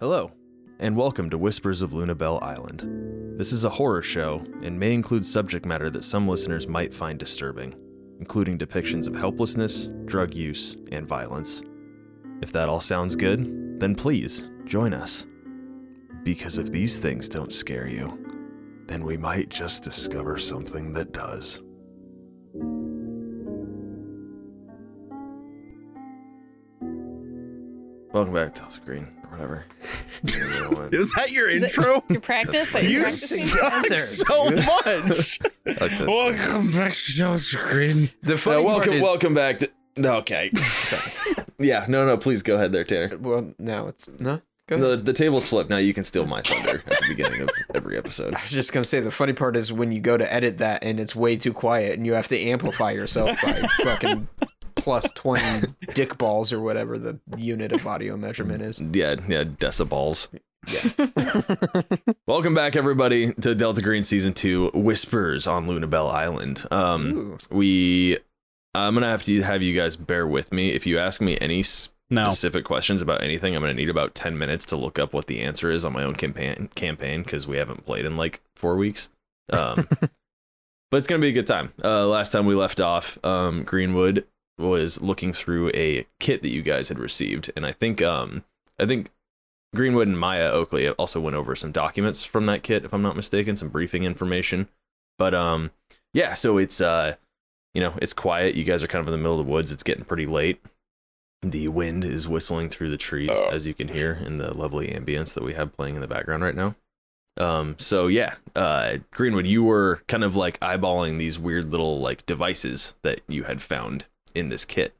Hello, and welcome to Whispers of Lunabelle Island. This is a horror show and may include subject matter that some listeners might find disturbing, including depictions of helplessness, drug use, and violence. If that all sounds good, then please join us. Because if these things don't scare you, then we might just discover something that does. Welcome back to Green, or whatever. Is that your Is it- intro? Your practice? Are right. you You practicing? suck Heather. so much. Like to- Welcome back to Delta Green. The No, funny welcome, part is, welcome back to. No, okay. yeah, no, no. Please go ahead there, Tanner. Well, now it's no. Go ahead. The, the tables flipped. Now you can steal my thunder at the beginning of every episode. I was just gonna say the funny part is when you go to edit that and it's way too quiet and you have to amplify yourself by fucking plus twenty dick balls or whatever the unit of audio measurement is. Yeah, yeah, decibels. Yeah. welcome back, everybody, to Delta Green Season Two: Whispers on Lunabelle Island. Um, Ooh. we. I'm gonna have to have you guys bear with me. If you ask me any specific questions about anything, I'm gonna need about 10 minutes to look up what the answer is on my own campaign campaign because we haven't played in like four weeks. Um, but it's gonna be a good time. Uh, last time we left off, um, Greenwood was looking through a kit that you guys had received, and I think um, I think Greenwood and Maya Oakley also went over some documents from that kit, if I'm not mistaken, some briefing information. But um, yeah, so it's uh, you know, it's quiet. You guys are kind of in the middle of the woods. It's getting pretty late. The wind is whistling through the trees, Oh. as you can hear in the lovely ambience that we have playing in the background right now. Um, so yeah, uh, Greenwood, you were kind of like eyeballing these weird little like devices that you had found in this kit.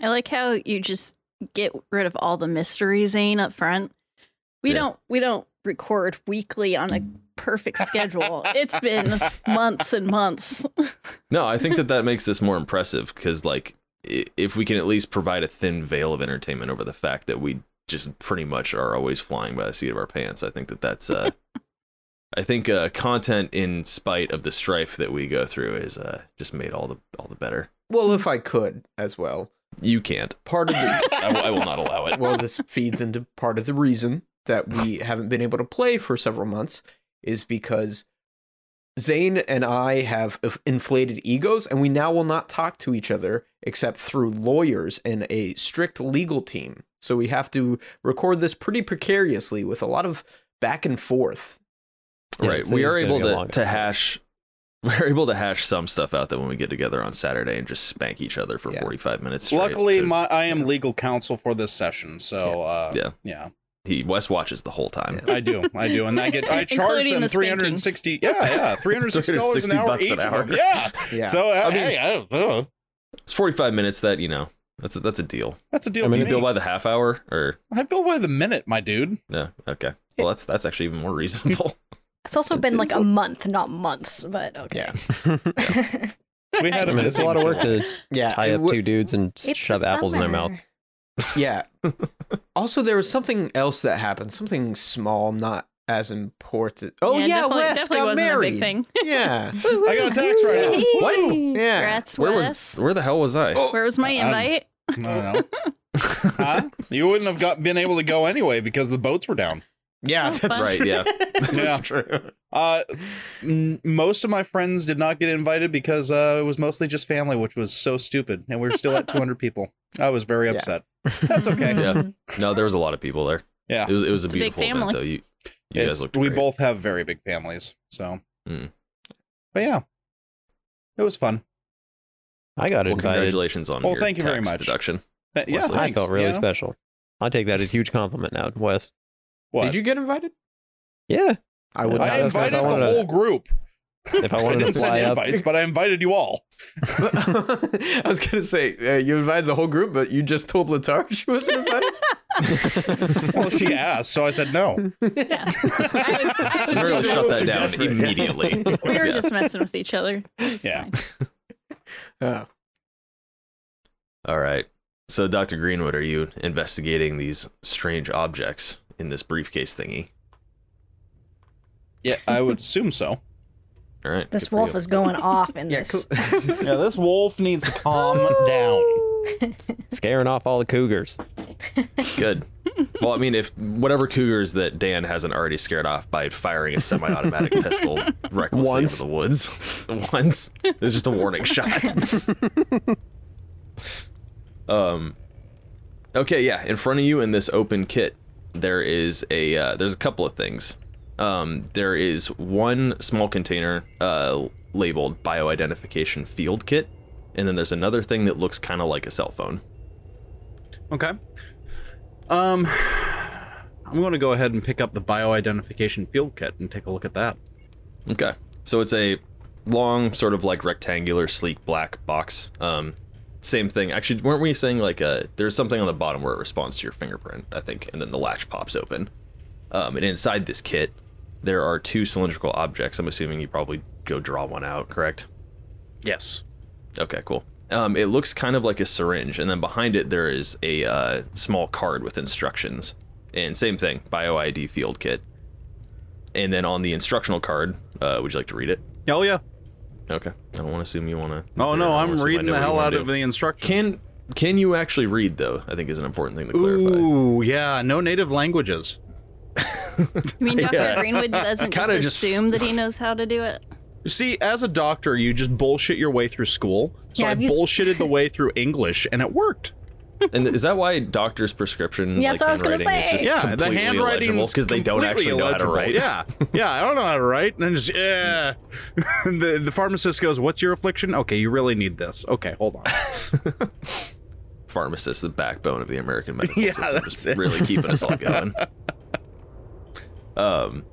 I like how you just get rid of all the mystery, Zane, up front. We Yeah. don't we don't record weekly on a perfect schedule. it's been months and months. No, I think that that makes this more impressive because, like, i- if we can at least provide a thin veil of entertainment over the fact that we just pretty much are always flying by the seat of our pants, I think that that's, uh, I think, uh, content in spite of the strife that we go through is, uh, just made all the all the better. Well, if I could as well, You can't. part of the I will- I will not allow it. well, this feeds into part of the reason that we haven't been able to play for several months is because Zane and I have inf- inflated egos, and we now will not talk to each other except through lawyers and a strict legal team. So we have to record this pretty precariously with a lot of back and forth. Yeah, right. it's- We it is are gonna able be a long to, to episode. hash. We're able to hash some stuff out that when we get together on Saturday and just spank each other for Yeah. 45 minutes. straight Luckily, to- my I am legal counsel for this session, so uh, Yeah. yeah, he Wes watches the whole time. Yeah. I do, I do, and I get I charge Including them the three hundred and sixty, yeah, yeah, three hundred sixty dollars an 360 hour bucks each. an of hour. them. Yeah. Yeah. so uh, I mean- hey, I don't know. It's 45 minutes that, you know, that's a, that's a deal. That's a deal. I to mean, Do me. you I, bill by the half hour or bill by the minute, my dude. no? Okay. Well, that's that's actually even more reasonable. It's also It's- been it's like a month, not months, but okay. Yeah. We had I a mean, it's a lot of work to Yeah. tie it up wa- two dudes and s- shove apples in their mouth. Yeah. also, there was something else that happened, something small, not as important. Oh, yeah, definitely, Wes definitely got wasn't married. a big thing. Yeah. I got a tax write-off. What? Yeah. Congrats, Where was Wes. where the hell was I? Where was my Um, invite? I don't know. Huh? You wouldn't have got been able to go anyway because the boats were down. Yeah, Oh, that's fun. right. Yeah. That's Yeah. true. Uh, m- most of my friends did not get invited because uh, it was mostly just family, which was so stupid. And we were still at 200 people. I was very Yeah. upset. That's okay. Yeah. No, there was a lot of people there. Yeah. It was it was a It's a big beautiful event family. though. You you It's- guys looked we great. both have very big families. So, Mm. but yeah, it was fun. I got well, invited. congratulations on Well, your thank you tax very much. deduction. But yeah, Wesley. I thanks, felt really you know? special. I take that as a huge compliment now, Wes. What? Did you get invited? Yeah. I would No, not I that's have what I invited the wanted to- whole group. If I I wanted to didn't fly send up, invites, but I invited you all. I was gonna say uh, you invited the whole group, but you just told Latar she wasn't invited. Well, she asked, so I said no. Yeah. I was- I was Everyone just- shut that down You're desperate. immediately. we were Yeah. just messing with each other. It's Yeah. fine. Oh. All right. So, Dr. Greenwood, are you investigating these strange objects in this briefcase thingy? Yeah, I would assume so. All right. good This for wolf you. is going off in Yeah, this. cool. Yeah, this wolf needs to calm down. scaring off all the cougars. good. Well, I mean, if whatever cougars that Dan hasn't already scared off by firing a semi-automatic pistol recklessly Once. into the woods, once it's just a warning shot. um, okay, yeah, in front of you in this open kit, there is a uh, there's a couple of things. Um, there is one small container uh, labeled bioidentification field kit, and then there's another thing that looks kind of like a cell phone. Okay. Um, I'm going to go ahead and pick up the bioidentification field kit and take a look at that. Okay. So it's a long, sort of like rectangular, sleek black box. Um, same thing. Actually, weren't we saying like uh, there's something on the bottom where it responds to your fingerprint, I think, and then the latch pops open. Um, and inside this kit, there are two cylindrical objects. I'm assuming you probably go draw one out, correct? Yes. Okay, cool. Um, it looks kind of like a syringe, and then behind it there is a uh, small card with instructions. And same thing, bio ID field kit. And then on the instructional card, uh, would you like to read it? Oh yeah. Okay. I don't want to assume you want to. Oh no, I'm reading the hell out of the instructions. Can can you actually read though? I think is an important thing to clarify. Ooh, yeah, no native languages. I mean, Dr. Yeah. Greenwood doesn't just Kinda just- assume that he knows how to do it. You see, as a doctor, you just bullshit your way through school. So Yeah, I I've used- bullshitted the way through English, and it worked. And is that why doctor's prescription? like, Yeah, that's what I was gonna handwriting say. Is just Yeah, the handwriting because they don't actually know how to write. Yeah, yeah, I don't know how to write, and I'm just yeah. the the pharmacist goes, "What's your affliction? Okay, you really need this. Okay, hold on. Pharmacists, the backbone of the American medical Yeah, system, that's just it. really keeping us all going. um,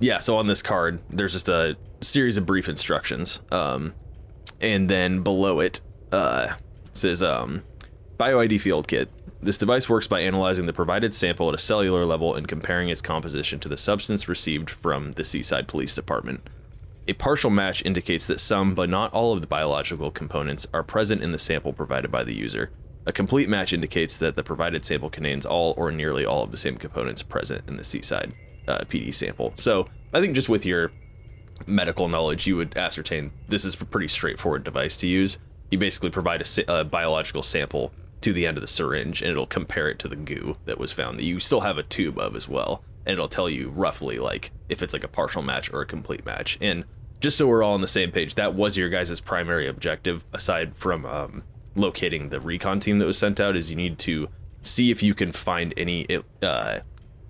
yeah. So on this card, there's just a series of brief instructions. Um, and then below it uh, says um, BioID Field Kit. This device works by analyzing the provided sample at a cellular level and comparing its composition to the substance received from the Seaside Police Department. A partial match indicates that some, but not all, of the biological components are present in the sample provided by the user. A complete match indicates that the provided sample contains all or nearly all of the same components present in the Seaside uh, PD sample. So, I think just with your medical knowledge, you would ascertain this is a pretty straightforward device to use. You basically provide a, sa- a biological sample to the end of the syringe, and it'll compare it to the goo that was found that you still have a tube of as well, and it'll tell you roughly like if it's like a partial match or a complete match. And just so we're all on the same page, that was your guys' primary objective, aside from um, locating the recon team that was sent out, is you need to see if you can find any uh,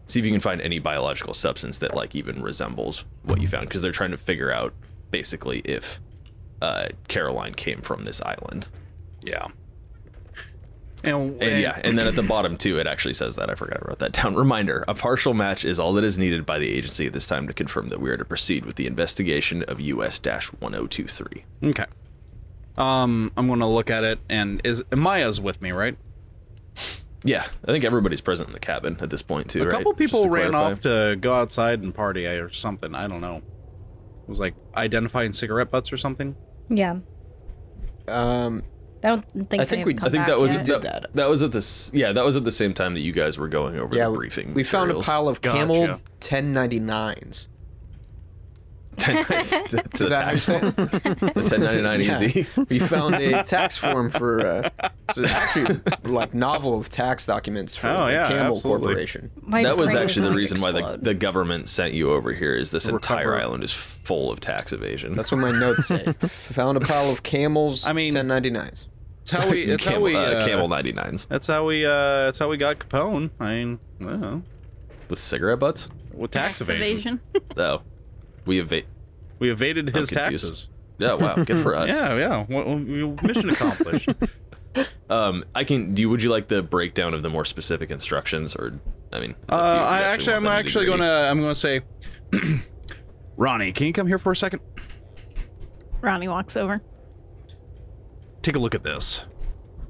see if you can find any biological substance that like even resembles what you found because they're trying to figure out basically if uh, Caroline came from this island. Yeah. And, And yeah, and then at the bottom too, it actually says that. I forgot I wrote that down. Reminder: A partial match is all that is needed by the agency at this time to confirm that we are to proceed with the investigation of US-1023. Okay. Um, I'm gonna look at it, and is Maya's with me, right? Yeah, I think everybody's present in the cabin at this point too. A couple people ran off to go outside and party or something. I don't know. It was like identifying cigarette butts or something. Yeah. Um, I don't think I they think have we- come I think back that was yet. at that, that. that was at the s- yeah that was at the same time that you guys were going over yeah, the we- briefing. we found a materials. pile of camel Gotcha. 1099s. to, to the Is that how you tax say form. it? The 1099 Yeah. easy. We found a tax form for uh, it's actually like novel of tax documents for Oh, the yeah, Campbell absolutely. Corporation. My that was brain actually the gonna reason why the, explode. the government sent you over here is this entire Recover. island is full of tax evasion. That's what my notes say. found a pile of camels. I mean- 1099s. It's how we. It's how camel, we. uh, uh, camel 99s That's how we. Uh, that's how we got Capone. I mean, I don't know. with cigarette butts. with tax, evasion. Evasion. Oh, we evade. We evaded his confused. taxes. Yeah, wow, good for us. Yeah, yeah. Well, well, mission accomplished. Um, I can. Do you, would you like the breakdown of the more specific instructions, or I mean, it's up Uh, to you if you I actually, want I'm the actually nitty-gritty. gonna, I'm gonna say, Ronnie, can you come here for a second? Ronnie walks over. Take a look at this.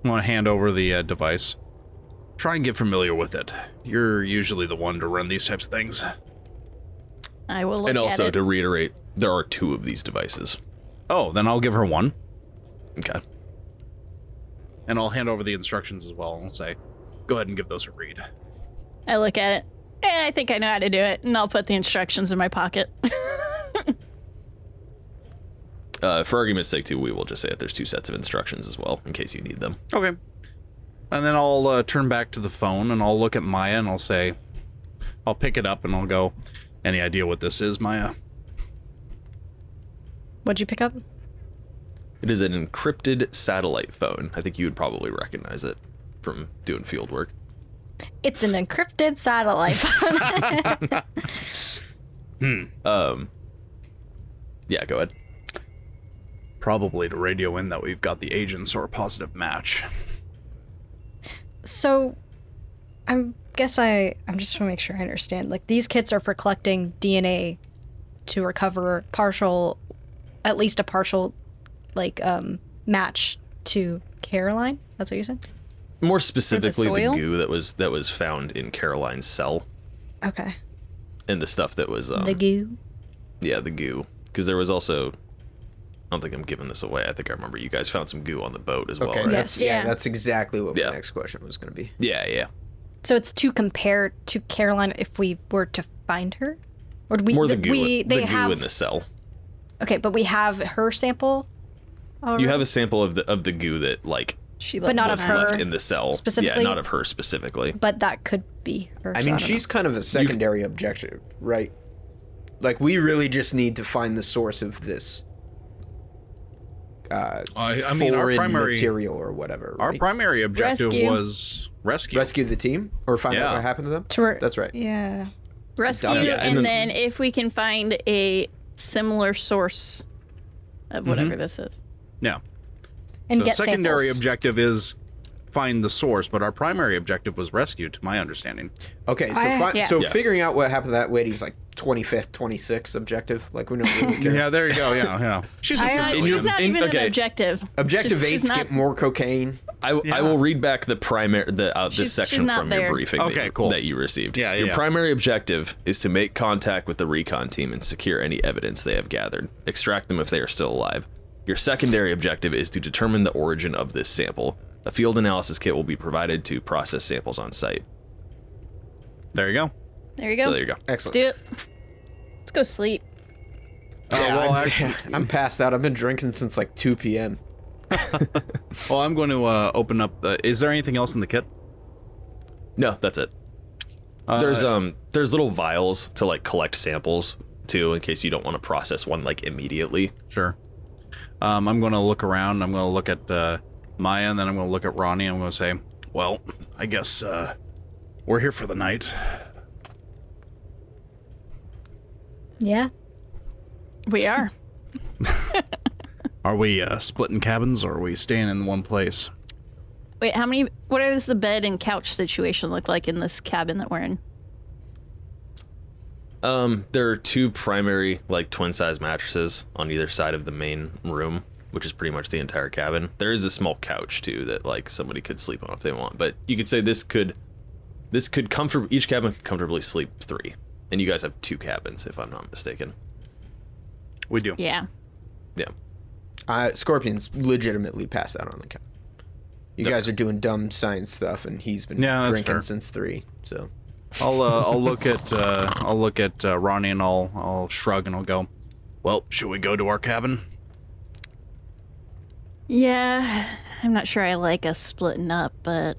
I'm gonna hand over the uh, device. Try and get familiar with it. You're usually the one to run these types of things. I will look And at also it. to reiterate, there are two of these devices. Oh, then I'll give her one, Okay. and I'll hand over the instructions as well. I'll say, go ahead and give those a read. I look at it. Eh, I think I know how to do it, and I'll put the instructions in my pocket. Uh, for argument's sake, too, we will just say that there's two sets of instructions as well, in case you need them. Okay. And then I'll uh, turn back to the phone and I'll look at Maya and I'll say, I'll pick it up and I'll go, any idea what this is, Maya? What'd you pick up? It is an encrypted satellite phone. I think you would probably recognize it from doing field work. It's an encrypted satellite phone. Yeah, go ahead. Probably to radio in that we've got the agents or a positive match. so, I guess I I'm just want to make sure I understand. Like these kits are for collecting DNA to recover partial, at least a partial, like um match to Caroline. That's what you said. More specifically, the, soil? goo that was that was found in Caroline's cell Okay. and the stuff that was um, The goo. yeah the goo because there was also. I don't think I'm giving this away. I think I remember you guys found some goo on the boat as well, Okay, right? that's, Yes. yeah, Yeah. that's exactly what Yeah. my next question was going to be. Yeah, yeah. So it's to compare to Caroline if we were to find her, or do we? More the th- goo. we the they goo have in the cell. okay, but we have her sample. You have a sample of the of the goo that like She But like, not was- was of her left in the cell. specifically? Yeah, not of her specifically. but that could be her. I so mean, don't she's kind of a secondary objective, right? Like, we really just need to find the source of this I, I mean, foreign our primary material or whatever. our right? primary objective Rescue. was rescue. rescue the team or find Yeah. out what happened to them. To re- That's right. know. yeah. rescue, Yeah, and and, then, if we can find a similar source of whatever this is. Yeah. And so get secondary samples. objective is find the source, but our primary objective was rescue, to my understanding. Okay, so I- fi- yeah. so Yeah. figuring out what happened to that lady's like 25th, 26th objective. Like we don't really care. Yeah, there you go. Yeah, yeah. She's a I, civilian. she's not in- even okay. an objective. Objective She's- she's eight's not- get more cocaine. I, I will read back the primary the uh, this She's- section she's not from your there. briefing that, Okay, you, cool. that you received. Yeah, yeah, Your yeah. primary objective is to make contact with the recon team and secure any evidence they have gathered. Extract them if they are still alive. Your secondary objective is to determine the origin of this sample. A field analysis kit will be provided to process samples on site. There you go. Uh, There you go. So there you go. Let's Excellent. do it. Let's go sleep. Uh, well, I'm, actually, I'm passed out. I've been drinking since like 2 p.m. well, I'm going to uh, open up. The, is there anything else in the kit? No, that's it. Uh, there's um there's little vials to like collect samples too in case you don't want to process one like immediately. Sure. Um, I'm going to look around. I'm going to look at uh, Maya, and then I'm going to look at Ronnie. I'm going to say, "Well, I guess uh, we're here for the night." Yeah. We are. Are we uh, splitting cabins, or are we staying in one place? Wait, how many? What does the bed and couch situation look like in this cabin that we're in? Um, there are two primary like twin size mattresses on either side of the main room, which is pretty much the entire cabin. There is a small couch too that like somebody could sleep on if they want, but you could say this could this could comfort each cabin could comfortably sleep three, and you guys have two cabins if I'm not mistaken. We do. Yeah. Yeah, Uh, Scorpion's legitimately passed out on the couch. You guys are doing dumb science stuff, and he's been Yeah, that's drinking fair. since three. So I'll uh, I'll look at uh, I'll look at uh, Ronnie, and I'll I'll shrug, and I'll go. Well, should we go to our cabin? Yeah. I'm not sure I like us splitting up, but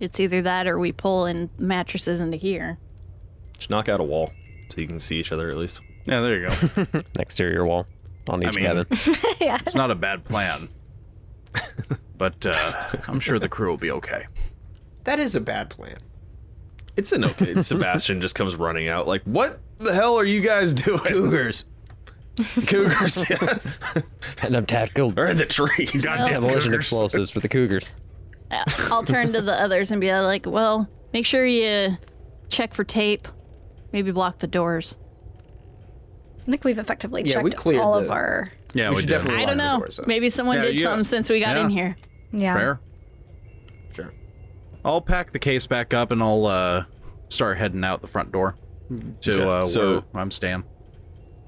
it's either that or we pull in mattresses into here. just knock out a wall so you can see each other at least. Yeah, there you go. Exterior wall on each mean- cabin. it's not a bad plan. But uh, I'm sure the crew will be okay. that is a bad plan. It's an okay. Sebastian just comes running out like, "What the hell are you guys doing, Cougars. Cougars? Yeah. And I'm tactical Or in the trees? demolition Cougars. explosives for the cougars. Uh, I'll turn to the others and be like, well, make sure you check for tape, maybe block the doors. I think we've effectively Yeah, checked we cleared all the- of our. Yeah, We we, should do. definitely- I Lock don't the know. doors up. Maybe someone Yeah, did yeah. something since we got Yeah. in here. Yeah. Fair. Sure. I'll pack the case back up and I'll uh, start heading out the front door to Okay, uh, so- where I'm staying.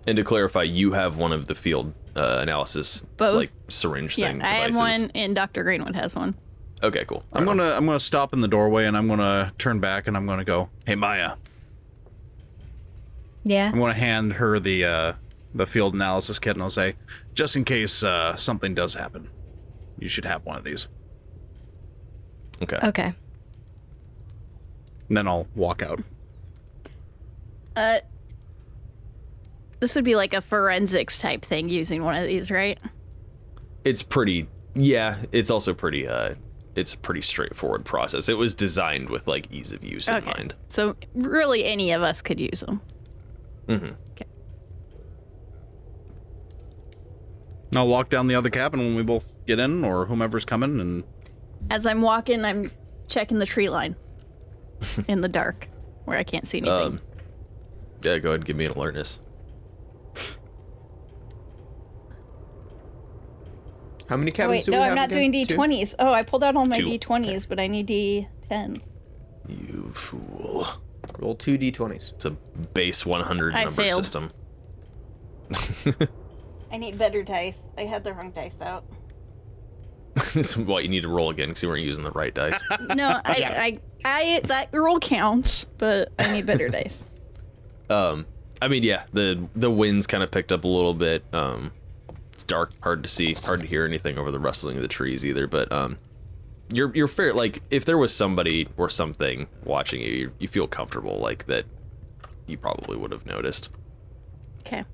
And to clarify, you have one of the field uh, analysis Both. like syringe Yeah, thing I have devices. one, and Dr. Greenwood has one. Okay, cool. I'm gonna I'm gonna stop in the doorway and I'm gonna turn back and I'm gonna go. Hey Maya, Yeah. I'm gonna hand her the uh, the field analysis kit and I'll say, just in case uh, something does happen, you should have one of these. Okay. Okay. And then I'll walk out. Uh, this would be like a forensics type thing using one of these, right? It's pretty. Yeah, it's also pretty. Uh, it's a pretty straightforward process. It was designed with like ease of use in mind. So really, any of us could use them. And I'll walk down the other cabin when we both get in or whomever's coming and As I'm walking, I'm checking the tree line in the dark where I can't see anything. Um, yeah, go ahead and give me an alertness. How many Oh, cabins wait, do we no, have I'm not again? doing Two? D20s. Oh, I pulled out all my Two. D20s, but I need D10s. You fool. Roll two d20s. It's a base 100 I number failed. system. I need better dice. I had the wrong dice out. this is what you need to roll again because you weren't using the right dice. No, I, I, I, that roll counts, but I need better dice. Um, I mean, yeah, the the winds kind of picked up a little bit. Um, it's dark, hard to see, hard to hear anything over the rustling of the trees either. But um, you're you're fair. Like if there was somebody or something watching you, you, you feel comfortable like that. You probably would have noticed. Okay.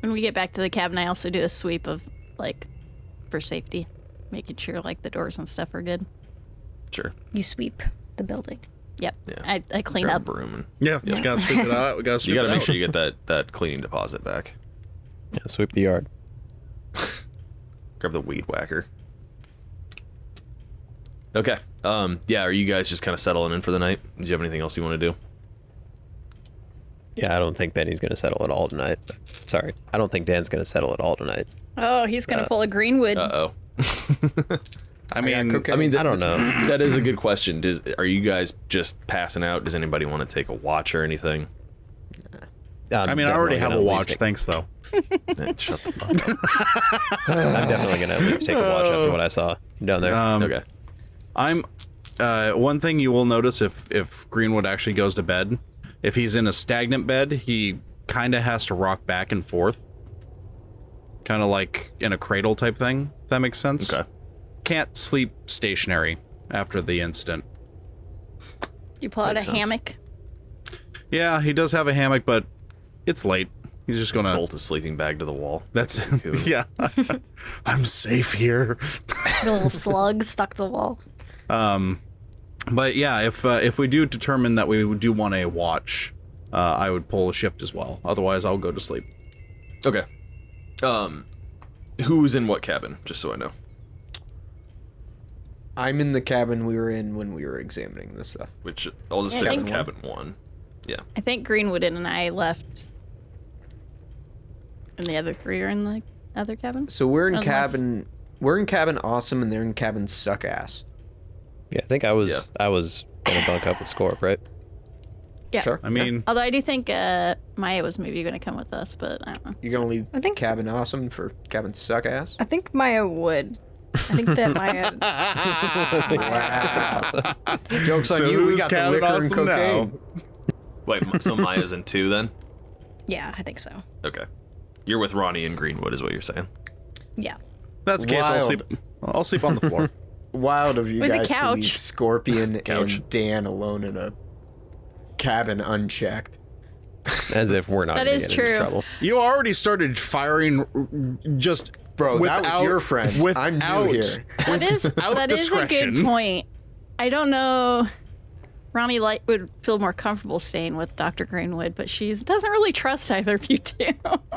When we get back to the cabin, I also do a sweep of, like, for safety, making sure, like, the doors and stuff are good. Sure, You sweep the building. Yep. Yeah. I, I clean grab a up. broom and Yeah, we gotta sweep it out. We gotta sweep you got to it make out. sure you get that that cleaning deposit back. Yeah, sweep the yard. Grab the weed whacker. Okay. Um. Yeah. Are you guys just kind of settling in for the night? Do you have anything else you want to do? Yeah, I don't think Benny's gonna settle at all tonight. Sorry, I don't think Dan's gonna settle at all tonight. Oh, he's going to pull a Greenwood. Uh oh. I mean, cocaine. I mean, I don't know. that is a good question. Does are you guys just passing out? Does anybody want to take a watch or anything? I'm I mean, I already definitely have a gonna at watch. least Thanks, though. Eh, Shut the fuck up. take- I'm definitely gonna at least take a watch after what I saw down there. Um, Okay. I'm. Uh, one thing you will notice if if Greenwood actually goes to bed, if he's in a stagnant bed, he kind of has to rock back and forth, kind of like in a cradle type thing. If that makes sense. Okay. Can't sleep stationary after the incident. you pull out a makes sense. hammock. Yeah, he does have a hammock, but it's late. He's just gonna. Bolt a sleeping bag to the wall. That's yeah. I'm safe here. The little slug stuck to the wall. But yeah, if uh, if we do determine that we do want a watch, uh, I would pull a shift as well. Otherwise, I'll go to sleep. Okay. Um, who's in what cabin? Just so I know. I'm in the cabin we were in when we were examining this stuff. Which I'll just Yeah, say it's I cabin one. Yeah. I think Greenwood and I left. And the other three are in the other cabin? So we're in Unless- cabin. We're in cabin awesome, and they're in cabin suck ass. yeah, I think I was Yeah. I was gonna bunk up with Scorp, right? Yeah. Sure. I mean, Although I do think uh, Maya was maybe going to come with us, but I don't know. You're gonna leave I think- cabin awesome for cabin suck ass. I think Maya would. I think that Maya. Jokes on So you. We who's got the cabin liquor and awesome now? cocaine. Wait. so Maya's in two then? Yeah, I think so. Okay. You're with Ronnie and Greenwood, is what you're saying. Yeah. that's the case. I'll Wild. sleep. I'll sleep on the floor. Wild of you There's a guys to couch. leave Scorpion Couch. and Dan alone in a cabin unchecked. As if we're not That gonna is get true. into trouble. you already started firing, just Bro, without, that was your friend. Without, I'm new here. That is that is a good discretion. point. I don't know. Ronnie Light would feel more comfortable staying with Dr. Greenwood, but she doesn't really trust either of you two.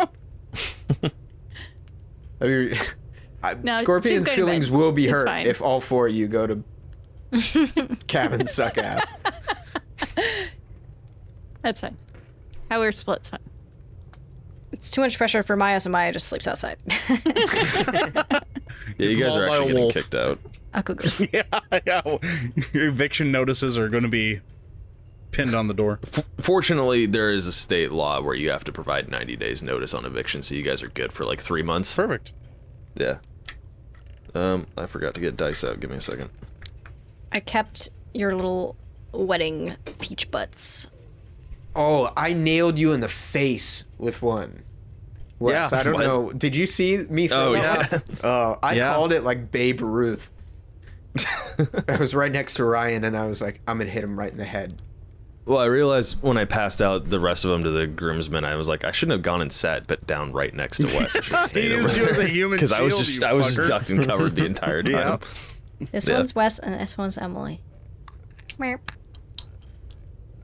I mean, I- No, she's Scorpion's going to feelings bed. will be She's hurt fine. if all four of you go to cabin suck ass. That's fine. How we're split's fine. It's too much pressure for Maya, so Maya just sleeps outside. Yeah, It's you guys are mauled by a actually getting wolf. kicked out. A cougar. yeah, yeah. Your eviction notices are going to be pinned on the door. Fortunately, there is a state law where you have to provide 90 days notice on eviction, so you guys are good for like three months. Perfect. Yeah. Um, I forgot to get dice out. Give me a second. I kept your little wedding peach butts. Oh, I nailed you in the face with one. Wes, Yeah. I don't What? know. Did you see me? throw Oh, up? Uh, I Yeah. called it like Babe Ruth. I was right next to Ryan, and I was like, "I'm gonna hit him right in the head." Well, I realized when I passed out the rest of them to the groomsmen, I was like, I shouldn't have gone and sat, but down right next to Wes. I should have stayed over used you as a there human because I was shield, just you I was fucker. just ducked and covered the entire time. Yeah. This Yeah. one's Wes and this one's Emily. Merp.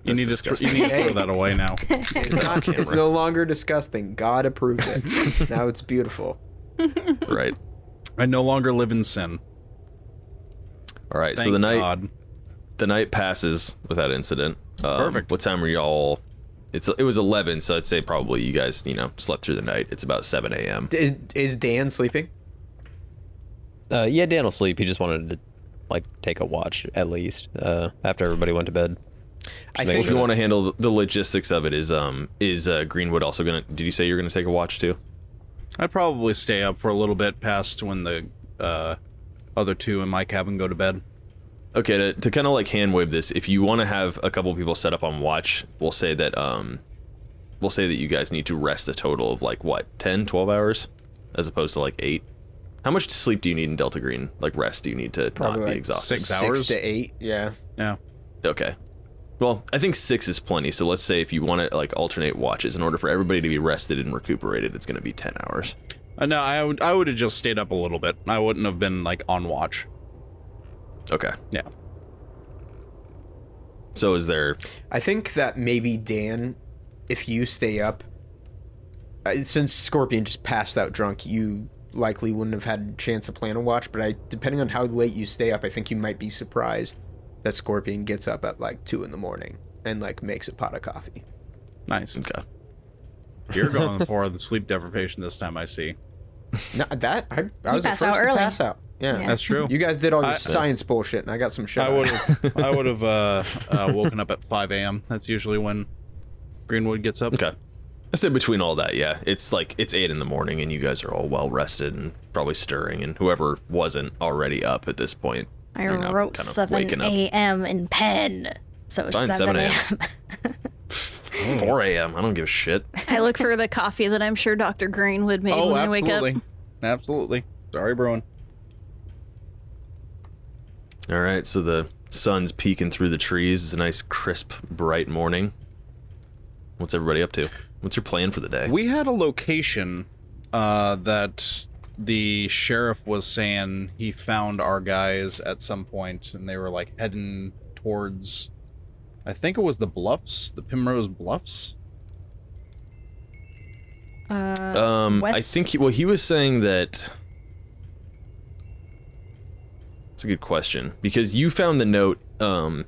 You That's need, to, disgusting. you need to throw that away now. It's, not, it's no longer disgusting. God approved it. now it's beautiful. right. I no longer live in sin. All right. Thank so the night God. the night passes without incident. Um, Perfect. What time were y'all? It's it was eleven, so I'd say probably you guys you know slept through the night. It's about seven a.m. Is, is Dan sleeping? Uh, yeah, Dan will sleep. He just wanted to like take a watch at least uh, after everybody went to bed. I make If think you want to handle the logistics of it, is um is uh, Greenwood also gonna? Did you say you're gonna take a watch too? I'd probably stay up for a little bit past when the uh, other two in my cabin go to bed. Okay, to, to kind of like hand wave this, if you want to have a couple people set up on watch, we'll say that um, we'll say that you guys need to rest a total of like what 10, 12 hours, as opposed to like eight. How much sleep do you need in Delta Green? Like rest do you need to Probably, not be like, exhausted? Six six hours? to eight. Yeah. Yeah. Okay. Well, I think six is plenty. So let's say if you want to like alternate watches, in order for everybody to be rested and recuperated, it's going to be ten hours. Uh, no, I would I would have just stayed up a little bit. I wouldn't have been like on watch. Okay. Yeah. So is there? I think that maybe Dan, if you stay up, uh, since Scorpion just passed out drunk, you likely wouldn't have had a chance to plan a watch. But I, depending on how late you stay up, I think you might be surprised that Scorpion gets up at like two in the morning and like makes a pot of coffee. Nice. Okay. You're going for the sleep deprivation this time. I see. No, that I, I was the passed first out to early. pass out. Yeah. Yeah. That's true. You guys did all your I- science bullshit, and I got some shit. I would have I would have uh, uh, woken up at 5 a.m. That's usually when Greenwood gets up. Okay. I said between all that, yeah. It's like it's eight in the morning and you guys are all well rested and probably stirring and whoever wasn't already up at this point. I you're not wrote kind of 7 waking up. a.m. in pen. So it's Fine, 7 7 a.m. a.m. Four AM. I don't give a shit. I look for the coffee that I'm sure Dr. Greenwood made Oh, when I absolutely. wake up. Absolutely. Sorry, Bruin. All right, so the sun's peeking through the trees. It's a nice crisp, bright morning. What's everybody up to? What's your plan for the day? We had a location uh, that the sheriff was saying he found our guys at some point, and they were like heading towards. I think it was the bluffs, the Primrose Bluffs. um I Wes- think he, well he was saying that It's a good question because you found the note um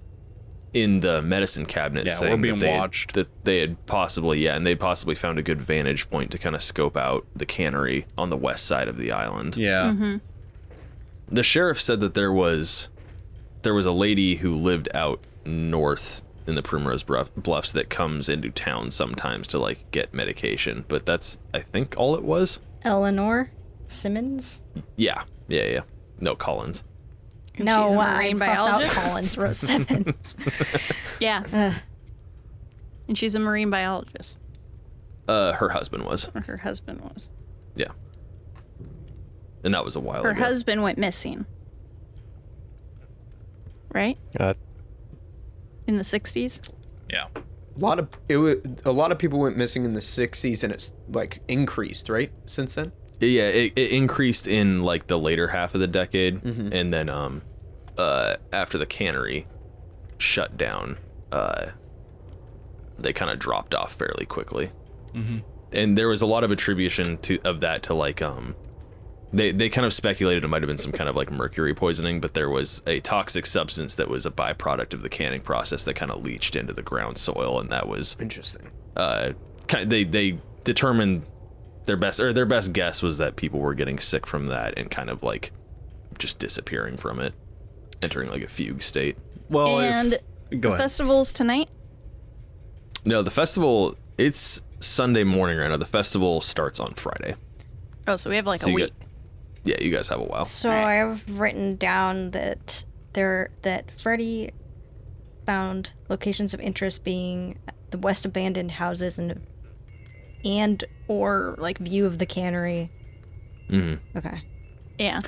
in the medicine cabinet Yeah, saying we're being that, they, watched. that they had possibly yeah and they possibly found a good vantage point to kind of scope out the cannery on the west side of the island Yeah. the sheriff said that there was there was a lady who lived out north in the Primrose Bluff- Bluffs that comes into town sometimes to like get medication, but that's I think all it was. Eleanor Simmons? Yeah, yeah, yeah. No, Collins. No, she's a uh, I marine crossed out biologist? Collins, wrote Simmons. Yeah. And she's a marine biologist. Uh, her husband was. Or her husband was. Yeah, and that was a while Her ago. husband went missing. Right? Uh, In the 60s? yeah. A lot of it. wa a lot of people went missing in the '60s, and it's like increased, right? Since then. Yeah, it, it increased in like the later half of the decade, and then um, uh, after the cannery shut down, uh, they kind of dropped off fairly quickly. And there was a lot of attribution to of that to like um, they they kind of speculated it might have been some kind of like mercury poisoning, but there was a toxic substance that was a byproduct of the canning process that kind of leached into the ground soil, and that was Interesting. uh, ki- they they determined their best or their best guess was that people were getting sick from that and kind of like just disappearing from it, entering like a fugue state. Oh, Well, if- And go ahead. Festivals tonight? No, the festival it's Sunday morning right now. The festival starts on Friday. Oh, so we have like So a you week. got yeah, you guys have a while. So I've written down that there that Freddy found locations of interest being the West abandoned houses and and or like view of the cannery? hmm Okay. Yeah.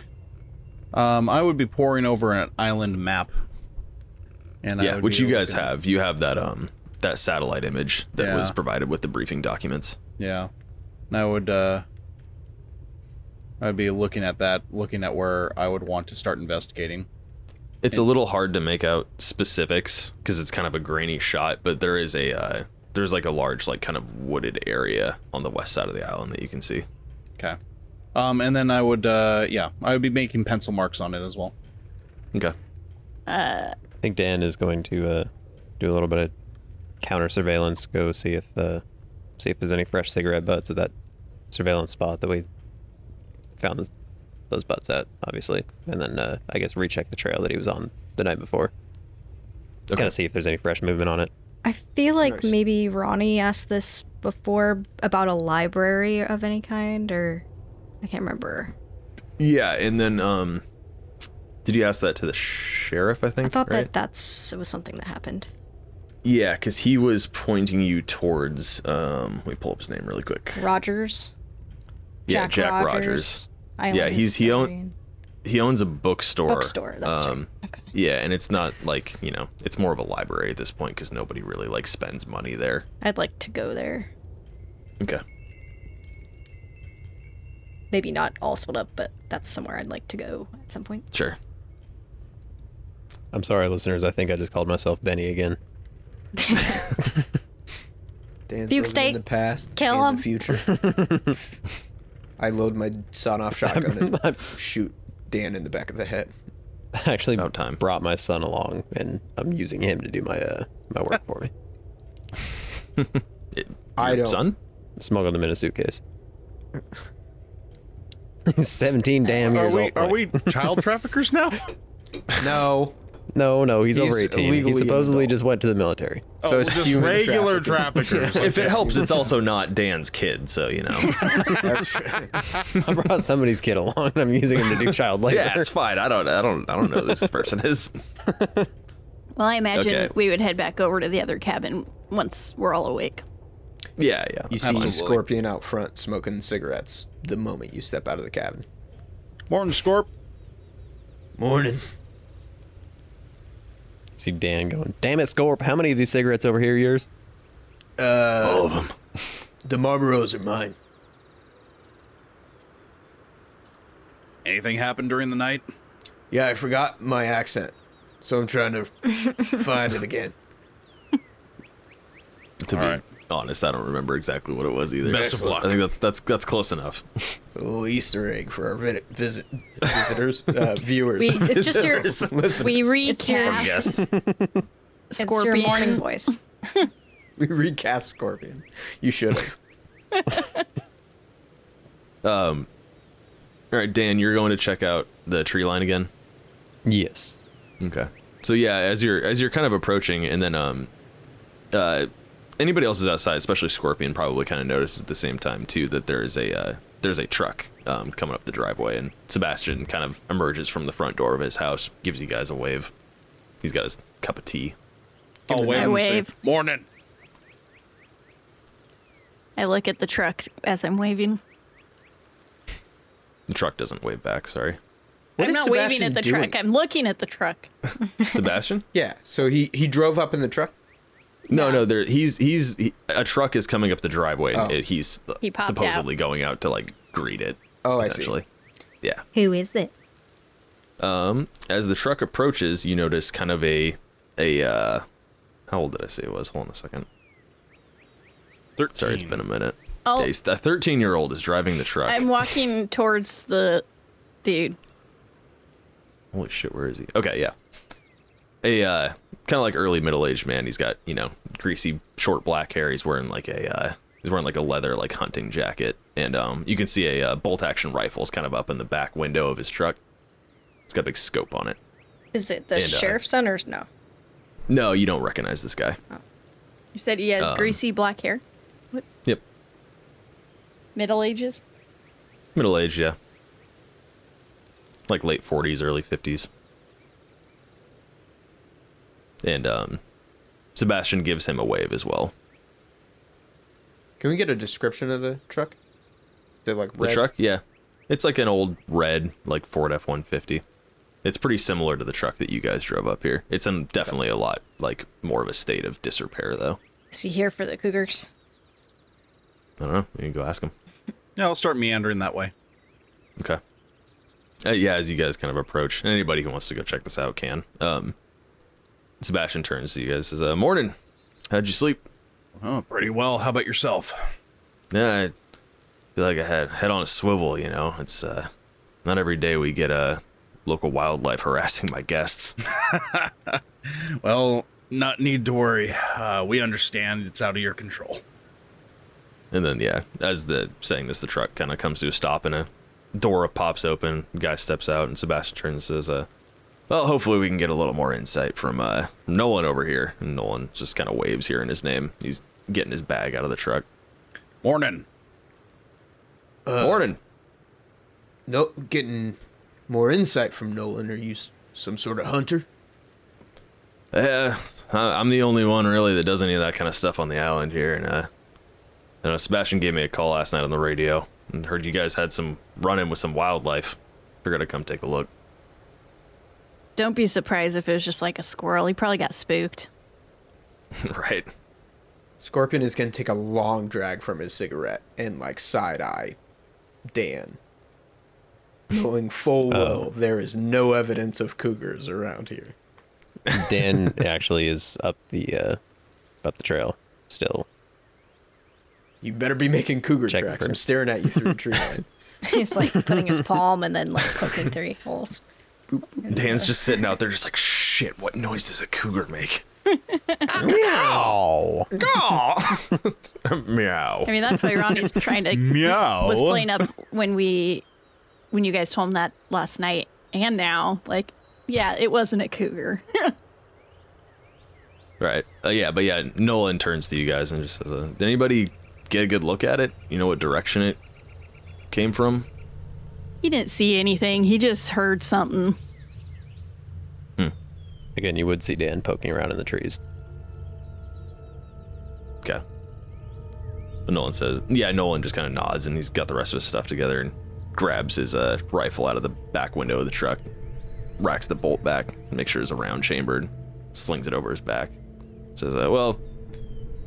Um, I would be pouring over an island map. And I Yeah, would which be you guys looking- have. You have that um that satellite image that Yeah. was provided with the briefing documents. Yeah, and I would. Uh, I'd be looking at that, looking at where I would want to start investigating. It's a little hard to make out specifics because it's kind of a grainy shot, but there is a uh, there's like a large like kind of wooded area on the west side of the island that you can see. Okay. Um, and then I would. Uh, yeah, I would be making pencil marks on it as well. Okay. I think Dan is going to uh, do a little bit of counter surveillance. Go see if uh, see if there's any fresh cigarette butts at that surveillance spot that we found those, those butts at, obviously, and then uh, I guess recheck the trail that he was on the night before. Okay. Kind of see if there's any fresh movement on it. I feel like Nice. maybe Ronnie asked this before about a library of any kind, or I can't remember. Yeah, and then um, did you ask that to the sheriff? I think. I thought right? that that's it was something that happened. Yeah, because he was pointing you towards. Um, let me pull up his name really quick. Rogers. yeah, Jack Rogers. I Yeah, own he's- his he own- library. He owns a bookstore. um, Bookstore, that's right. Okay. Yeah, and it's not like you know, it's more of a library at this point because nobody really like spends money there. I'd like to go there. Okay. Maybe not all split up, but that's somewhere I'd like to go at some point. Sure. I'm sorry, listeners. I think I just called myself Benny again. Dan's Fugue living state. in the past, Kill and the him. future. I load my son off shotgun and shoot Dan in the back of the head. I actually About time. brought my son along, and I'm using him to do my uh, my work for me. It, I your don't- Son. Smuggled him in a suitcase. He's 17 damn years old. Mike. child traffickers now? No, No, no, he's, over He's 18. legally He an supposedly adult. just went to the military. Oh, so it's human trafficking. traffickers. If it helps, it's also not Dan's kid, so you know. That's true. I brought somebody's kid along and I'm using him to do child labor. yeah, it's fine. I don't. I don't. I don't know who this person is. Well, I imagine Okay. we would head back over to the other cabin once we're all awake. Yeah, yeah. You see absolutely. Scorpion out front smoking cigarettes the moment you step out of the cabin. Morning, Scorp. Morning. See Dan going, damn it, Scorp, how many of these cigarettes over here are yours? all of them. The Marlboros are mine. Anything happened during the night? Yeah, I forgot my accent, so I'm trying to find it again. To All be right. honest, I don't remember exactly what it was either. Best of luck. I think that's that's that's close enough. It's a little Easter egg for our vid- visit visitors, uh, viewers. We, it's just your. Listen, We your- recap Yes. Scorpion. It's your morning voice. we recast Scorpion. You should have. All right, Dan, you're going to check out the tree line again. Yes. Okay. So yeah, as you're as you're kind of approaching, and then um, uh, anybody else is outside, especially Scorpion, probably kind of notices at the same time too that there is a uh, there's a truck um, coming up the driveway, and Sebastian kind of emerges from the front door of his house, gives you guys a wave. He's got his cup of tea. Oh, wait. I wave. Morning. I look at the truck as I'm waving. The truck doesn't wave back. Sorry, I'm is not waving Sebastian at the doing? truck. I'm looking at the truck. Sebastian. Yeah, so he he drove up in the truck. No, no, there. He's he's he, a truck is coming up the driveway. And Oh. it, he's He popped supposedly going out to like greet it. Oh, I see. potentially. Yeah. Um, Who is it? As the truck approaches, you notice kind of a a uh, how old did I say it was? Hold on a second. Sorry, it's been a minute. Oh. Days- The thirteen-year-old is driving the truck. I'm walking towards the dude. Holy shit, where is he? Okay, yeah. A uh, kind of like early middle-aged man. He's got you know greasy, short black hair. He's wearing like a uh, he's wearing like a leather like hunting jacket, and um, you can see a uh, bolt-action rifle is kind of up in the back window of his truck. It's got a big scope on it. Is it the And, uh, sheriff's son or no? No, you don't recognize this guy. You said he had Um, greasy black hair, Yep, middle ages. middle-aged, yeah, like late forties, early fifties. And um, Sebastian gives him a wave as well. Can we get a description of the truck? They're like The red. truck, yeah, it's like an old red like Ford F one fifty. It's pretty similar to the truck that you guys drove up here. It's in definitely a lot like more of a state of disrepair though. Is he here for the cougars? I don't know. You can go ask him. Yeah, I'll start meandering that way. Okay. Uh, yeah, as you guys kind of approach, and anybody who wants to go check this out can. Um, Sebastian turns to you guys and says, uh, "Morning. How'd you sleep? Oh, pretty well. How about yourself? Yeah, I feel like I had head on a swivel. You know, it's uh, not every day we get uh, local wildlife harassing my guests. Well, not need to worry. Uh, we understand it's out of your control. and then yeah, as the saying this, the truck kind of comes to a stop, and a door pops open. Guy steps out, and Sebastian turns and says, uh, "Well, hopefully we can get a little more insight from uh, Nolan over here." And Nolan just kind of waves here in his name. He's getting his bag out of the truck. Morning. Morning. No, getting more insight from Nolan. Are you s- some sort of hunter? Yeah, Uh, I- I'm the only one really that does any of that kind of stuff on the island here, and uh, I know Sebastian gave me a call last night on the radio and heard you guys had some run-in with some wildlife. Figured I'd come take a look. Don't be surprised if it was just like a squirrel. He probably got spooked. right. Scorpion is gonna take a long drag from his cigarette and like side eye Dan. Knowing full Oh. well there is no evidence of cougars around here. Dan actually is up the uh, up the trail still. You better be making cougar Check tracks. for- I'm staring at you through a tree line. He's like putting his palm and then like poking three holes. Dan's just sitting out there, just like, shit. What noise does a cougar make? Meow. Meow. I mean, that's why Ronnie's trying to Meow. Oh. was playing up when we when you guys told him that last night and now like yeah it wasn't a cougar Right. Uh, yeah, but yeah, Nolan turns to you guys and just says, uh, "Did anybody get a good look at it? You know what direction it came from?" he didn't see anything he just heard something Again, you would see Dan poking around in the trees. Okay. But Nolan says, yeah, Nolan just kind of nods and he's got the rest of his stuff together and grabs his uh, rifle out of the back window of the truck, racks the bolt back, makes sure it's a round chambered, slings it over his back. Says, uh, well,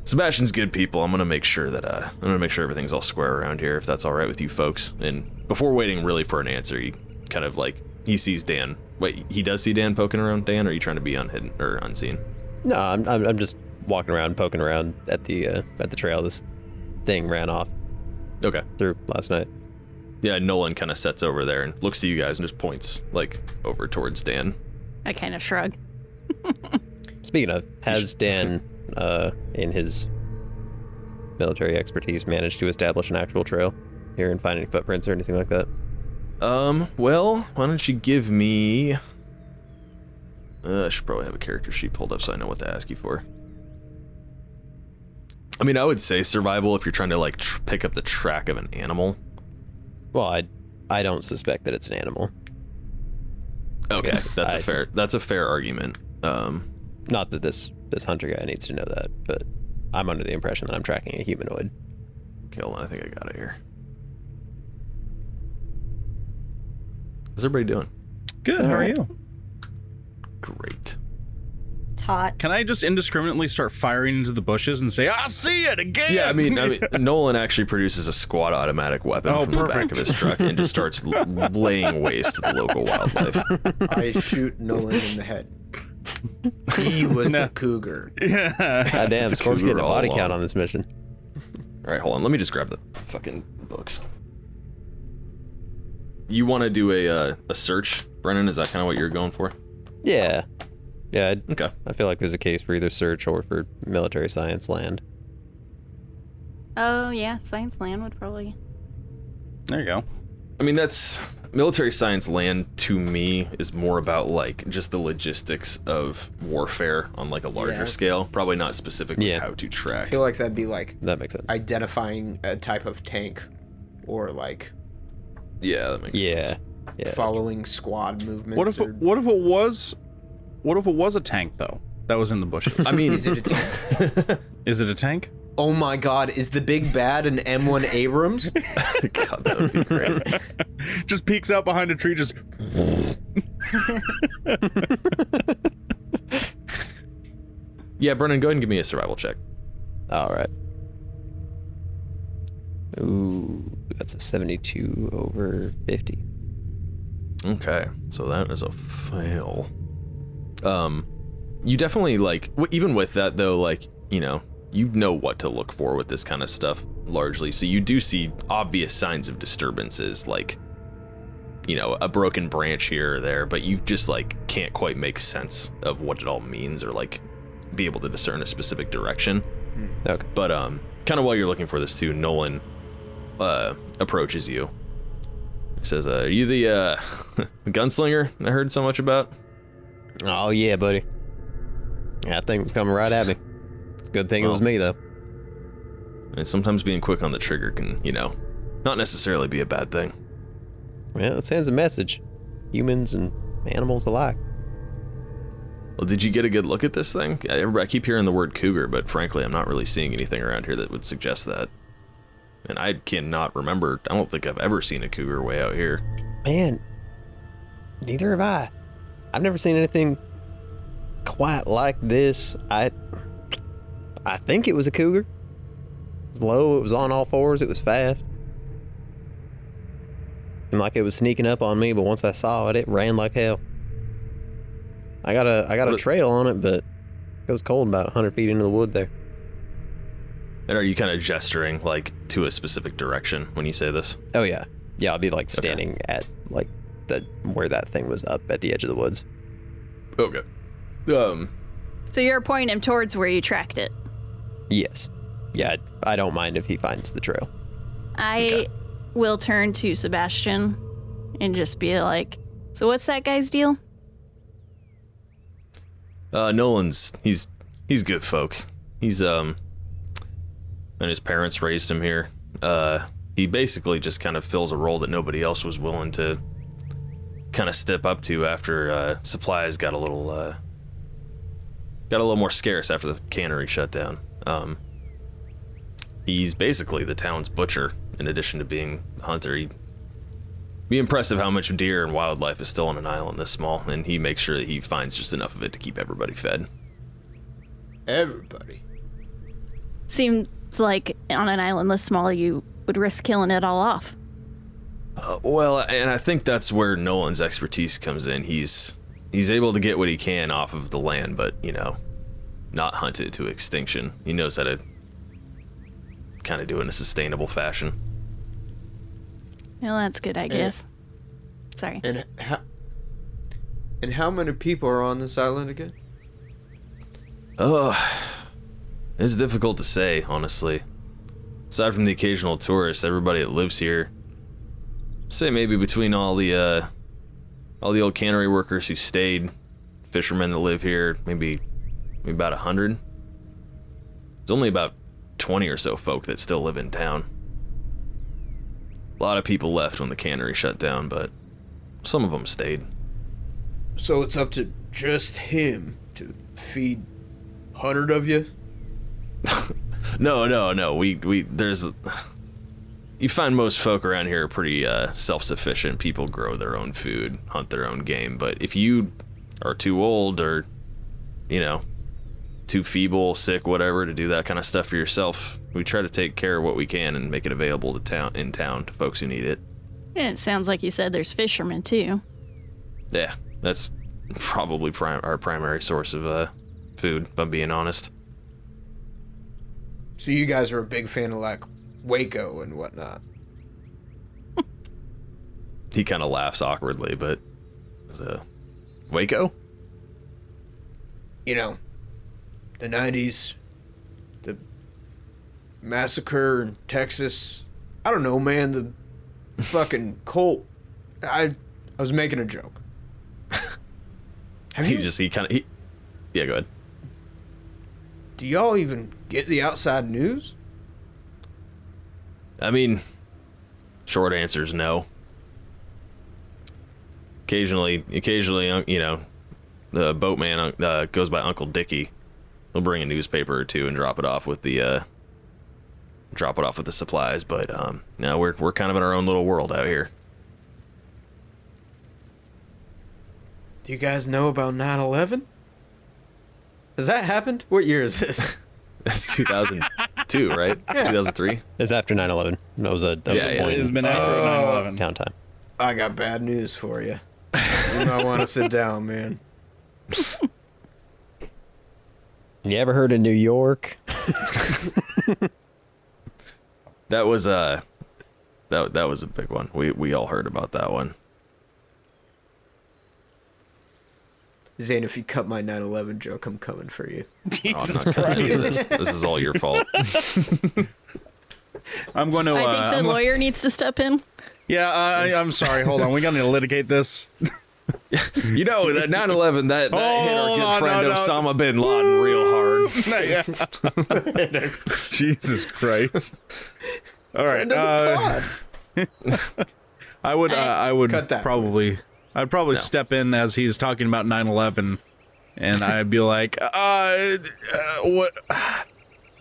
Sebastian's good people. I'm gonna make sure that uh, I'm gonna make sure everything's all square around here, if that's all right with you folks. And before waiting really for an answer, he kind of like he sees Dan. Wait, he does see Dan poking around. Dan, or are you trying to be unhidden or unseen? No, I'm, I'm, I'm just walking around, poking around at the uh, at the trail. This thing ran off Okay. through last night. Yeah, Nolan kind of sets over there and looks to you guys and just points like over towards Dan. i kind of shrug Speaking of, has Dan, uh, in his military expertise, managed to establish an actual trail here and find any footprints or anything like that? Um, well, why don't you give me? Uh, I should probably have a character sheet pulled up so I know what to ask you for. I mean, I would say survival if you're trying to like tr- pick up the track of an animal. Well, I, I don't suspect that it's an animal. Okay, guess that's a I- fair that's a fair argument. Um, Not that this this hunter guy needs to know that, but I'm under the impression that I'm tracking a humanoid. okay, hold on, I think I got it here. How's everybody doing? Good. How are you? Great. It's hot. Can I just indiscriminately start firing into the bushes and say, "I see it again"? Yeah, I mean, I mean, Nolan actually produces a squad automatic weapon Oh, from the back perfect. of his truck and just starts l- laying waste to the local wildlife. I shoot Nolan in the head. He was the cougar. yeah. God damn, the Scorp's getting cougar a all body count along. on this mission. All right, hold on. Let me just grab the fucking books. You want to do a uh, a search, Brennan? Is that kind of what you're going for? Yeah, yeah. I'd, Okay. I feel like there's a case for either search or for military science land. oh yeah science land would probably There you go. I mean, that's military science land to me is more about like just the logistics of warfare on like a larger Yeah. scale. Probably not specifically Yeah. how to I track. feel like that'd be like That makes sense. identifying a type of tank or like yeah, that makes yeah, sense. yeah. that's- following squad movements. What if or- it, what if it was what if it was a tank though? That was in the bushes. I mean, Is it a tank? Is it a tank? oh my god, is the big bad an M1 Abrams? God, that would be great. Just peeks out behind a tree, just. Yeah, Brennan, go ahead and give me a survival check. All right. Ooh, that's a 72 over 50. Okay, so that is a fail. Um, you definitely like w- even with that though, like you know, you know what to look for with this kind of stuff largely. So you do see obvious signs of disturbances, like you know, a broken branch here or there, but you just like can't quite make sense of what it all means or like be able to discern a specific direction. Okay. But um, kind of while you're looking for this too, Nolan uh approaches you. He says, uh, "Are you the uh, gunslinger I heard so much about?" Oh, yeah, buddy. That thing was coming right at me. It's a good thing it was Well. me, though. And sometimes being quick on the trigger can, you know, not necessarily be a bad thing. Well, it sends a message. Humans and animals alike. Well, did you get a good look at this thing? I, everybody- I keep hearing the word cougar, but frankly, I'm not really seeing anything around here that would suggest that. And I cannot remember. I don't think I've ever seen a cougar way out here. Man, neither have I. I've never seen anything quite like this. I I think it was a cougar. It was low, it was on all fours, it was fast. And like it was sneaking up on me, but once I saw it, it ran like hell. I got a I got a What- trail on it, but it was cold about 100 feet into the wood there. And are you kind of gesturing like to a specific direction when you say this? Oh yeah, yeah. I'll be like standing at like the where that thing was up at the edge of the woods. Okay. Um. So you're pointing him towards where you tracked it. Yes. Yeah, I I don't mind if he finds the trail. I will turn to Sebastian and just be like, "So what's that guy's deal?" Uh, Nolan's he's he's good folk. He's um, and his parents raised him here. Uh, he basically just kind of fills a role that nobody else was willing to kind of step up to after uh, supplies got a little uh, got a little more scarce after the cannery shut down. Um, he's basically the town's butcher. In addition to being a hunter, he be impressive how much deer and wildlife is still on an island this small, and he makes sure that he finds just enough of it to keep everybody fed. Everybody. Seems like on an island this small, you would risk killing it all off. Uh, well, and I think that's where Nolan's expertise comes in. He's he's able to get what he can off of the land, but you know, not hunt it to extinction. He knows how to kind of do it in a sustainable fashion. Well, that's good, I guess. Sorry. And how, and how many people are on this island again? Oh, it's difficult to say, honestly. Aside from the occasional tourist, everybody that lives here, say maybe between all the uh, all the old cannery workers who stayed, fishermen that live here, maybe maybe about a hundred. There's only about twenty or so folk that still live in town. A lot of people left when the cannery shut down, but some of them stayed. So it's up to just him to feed 100 of you? No, no, no. We we there's you find most folk around here are pretty uh, self-sufficient. People grow their own food, hunt their own game. But if you are too old or you know too feeble, sick, whatever to do that kind of stuff for yourself, we try to take care of what we can and make it available to town in town to folks who need it. Yeah, it sounds like you said there's fishermen too. Yeah, that's probably prim- our primary source of uh, food. If I'm being honest. So you guys are a big fan of like Waco and whatnot. he kind of laughs awkwardly, but uh, Waco? You know, the 90s, the massacre in Texas. I don't know, man. The fucking Colt. I, I was making a joke. Have He you, just he kind of he. Yeah, go ahead. do y'all even get the outside news? I mean, short answer is no. Occasionally, occasionally, un- you know, the boatman uh, goes by Uncle Dicky. He'll bring a newspaper or two and drop it off with the uh, drop it off with the supplies. But um, no, we're we're kind of in our own little world out here. Do you guys know about 9 11? Has that happened? What year is this? It's 2002, right? Yeah. 2003. It's after 9 11. That was a that was Yeah, a yeah. point It's been after Oh. 9/11. count time. I got bad news for you. You might want to sit down, man. You ever heard of New York? That was uh that that was a big one. We we all heard about that one. Zane, if you cut my 9 11 joke, I'm coming for you. Jesus Oh, I'm not kidding you. Christ. This, is- this is all your fault. I'm going to. Uh, I think the I'm- lawyer needs to step in. Yeah, I, I'm sorry. Hold on. We're going to litigate this. You know that 9/11 that, that hit our Hold good on, friend no, no. Osama bin Laden real hard. Jesus Christ. All right. End of the uh, pod. I would. Uh, I would Cut that, probably. I'd probably step in as he's talking about 9/11, and I'd be like, uh, uh, "What?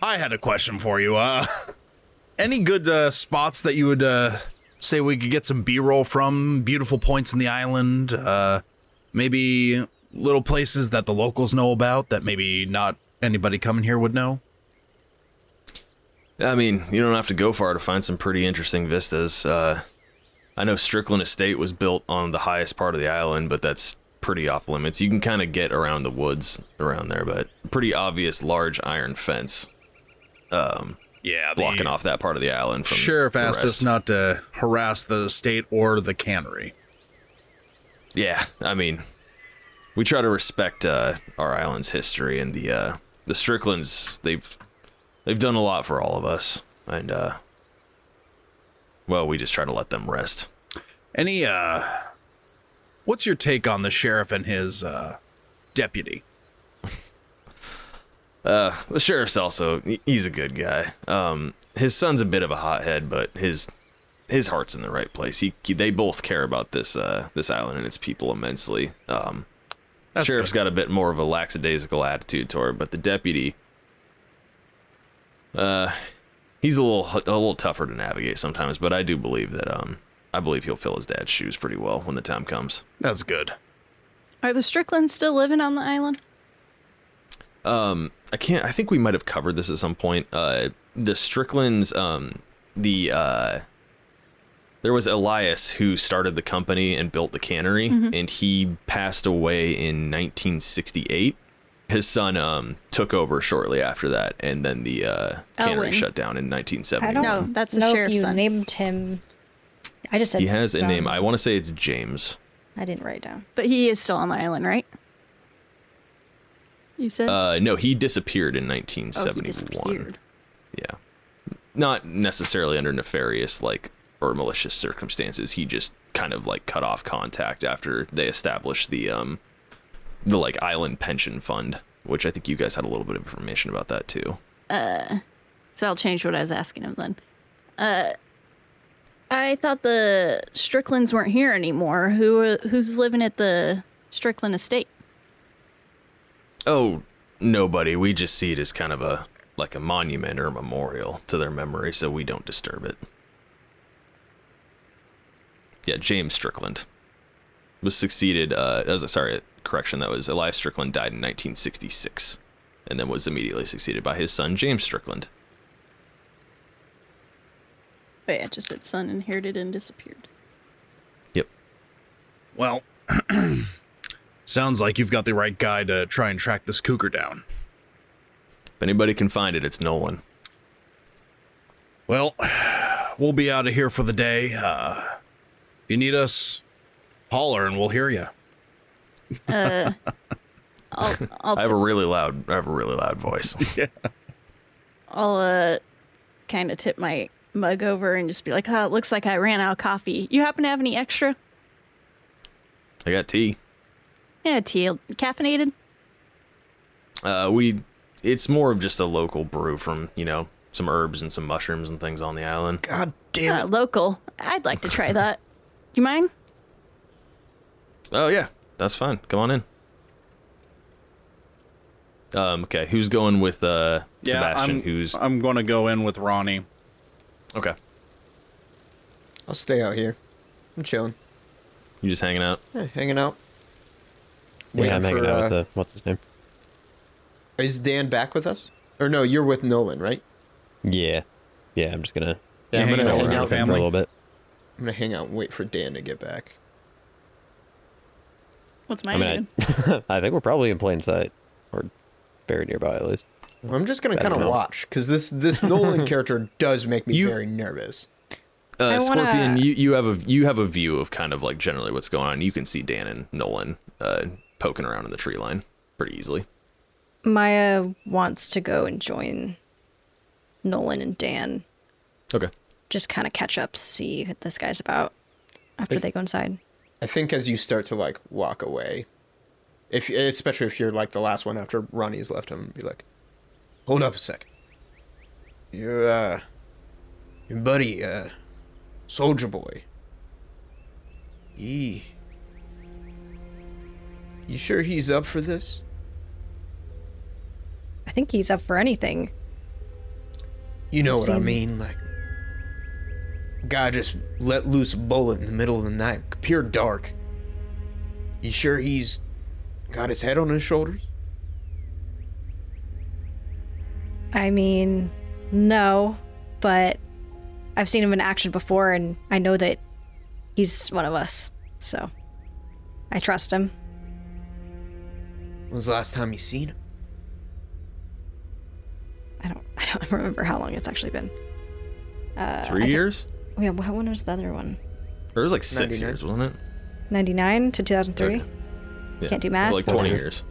I had a question for you. Uh, any good uh, spots that you would uh, say we could get some B-roll from? Beautiful points in the island. Uh, maybe little places that the locals know about that maybe not anybody coming here would know. I mean, you don't have to go far to find some pretty interesting vistas. Uh, I know Strickland Estate was built on the highest part of the island, but that's pretty off limits. You can kind of get around the woods around there, but pretty obvious large iron fence Yeah, blocking off that part of the island from Sheriff the asked rest. us not to harass the state or the cannery. Yeah, I mean, we try to respect uh, our island's history and the uh, the Stricklands. They've they've done a lot for all of us, and uh, well, we just try to let them rest. Any uh what's your take on the sheriff and his uh deputy? The sheriff's also he- he's a good guy. Um, his son's a bit of a hothead, but his his heart's in the right place. He, he- they both care about this uh, this island and its people immensely. Um, That's sheriff's good. got a bit more of a lackadaisical attitude toward, it, but the deputy, uh, he's a little a little tougher to navigate sometimes. But I do believe that um, I believe he'll fill his dad's shoes pretty well when the time comes. That's good. Are the Stricklands still living on the island? I can't. I think we might have covered this at some point. Uh, the Stricklands, um, the uh, there was Elias who started the company and built the cannery, and he passed away in 1968. His son um, took over shortly after that, and then the uh, cannery Owen. shut down in I 1971. don't No, that's the know if sheriff's you son. named him. I just said He has a son. name. I want to say it's James. I didn't write it down. But he is still on the island, right? You said Uh, no, he disappeared in oh, he 1971. disappeared. Yeah. Not necessarily under nefarious, like, or malicious circumstances. He just kind of like cut off contact after they established the um the like island pension fund, which I think you guys had a little bit of information about that too. So I'll change what I was asking him then. Uh, I thought the Stricklands weren't here anymore. Who are, who's living at the Strickland estate? Oh, nobody. We just see it as kind of a like a monument or a memorial to their memory, so we don't disturb it. Yeah, James Strickland was succeeded. Uh, as a, sorry, correction. That was Elias Strickland died in 1966, and then was immediately succeeded by his son James Strickland. But yeah, just that son inherited and disappeared. Yep. Well, sounds like you've got the right guy to try and track this cougar down. If anybody can find it, it's Nolan. Well, we'll be out of here for the day. Uh if you need us, holler and we'll hear you. I'll I'll, I have a really loud. I have a really loud voice. I'll uh, kind of tip my mug over and just be like, "Oh, it looks like I ran out of coffee. You happen to have any extra? I got tea. Yeah, tea, caffeinated. Uh, we. It's more of just a local brew from you know some herbs and some mushrooms and things on the island. God Uh, damn it. local. I'd like to try that. You mind? Oh yeah, that's fine. Come on in. Um, okay, who's going with uh, Sebastian? I'm, who's I'm going to go in with Ronnie. Okay. I'll stay out here. I'm chilling. You just hanging out. Yeah, hanging out. yeah, I'm hanging for, out uh, with the what's his name? Is Dan back with us? Or no, you're with Nolan, right? Yeah, yeah. I'm just gonna Yeah, You I'm hanging gonna out hang with hang your around out. with him I'm for family? a little bit. gonna hang out and wait for Dan to get back. What's I mine doing? mean, I, I think we're probably in plain sight or very nearby at least. I'm just gonna Better kind of not. watch because this this Nolan character does make me You- very nervous. Uh, I wanna- Scorpion, you, you have a you have a view of kind of like generally what's going on. You can see Dan and Nolan uh, poking around in the tree line pretty easily. Maya wants to go and join Nolan and Dan. Okay. Just kind of catch up, see what this guy's about after they go inside. I think as you start to like walk away, if especially if you're like the last one after Ronnie's left, I'm gonna be like, hold up a sec. Your uh, your buddy uh, Soldier Boy. He. You sure he's up for this? I think he's up for anything. You know what I Same. mean, like guy just let loose a bullet in the middle of the night, pure dark. You sure he's got his head on his shoulders? I mean, no, but I've seen him in action before and I know that he's one of us. So I trust him. When was the last time you seen him? I don't I don't remember how long it's actually been. Uh, Oh, Three years? Yeah, wh- when was the other one? Or it was like six 99. years, wasn't it? 99 to 2003? Okay. Yeah. Can't do It's math. like twenty Forty years.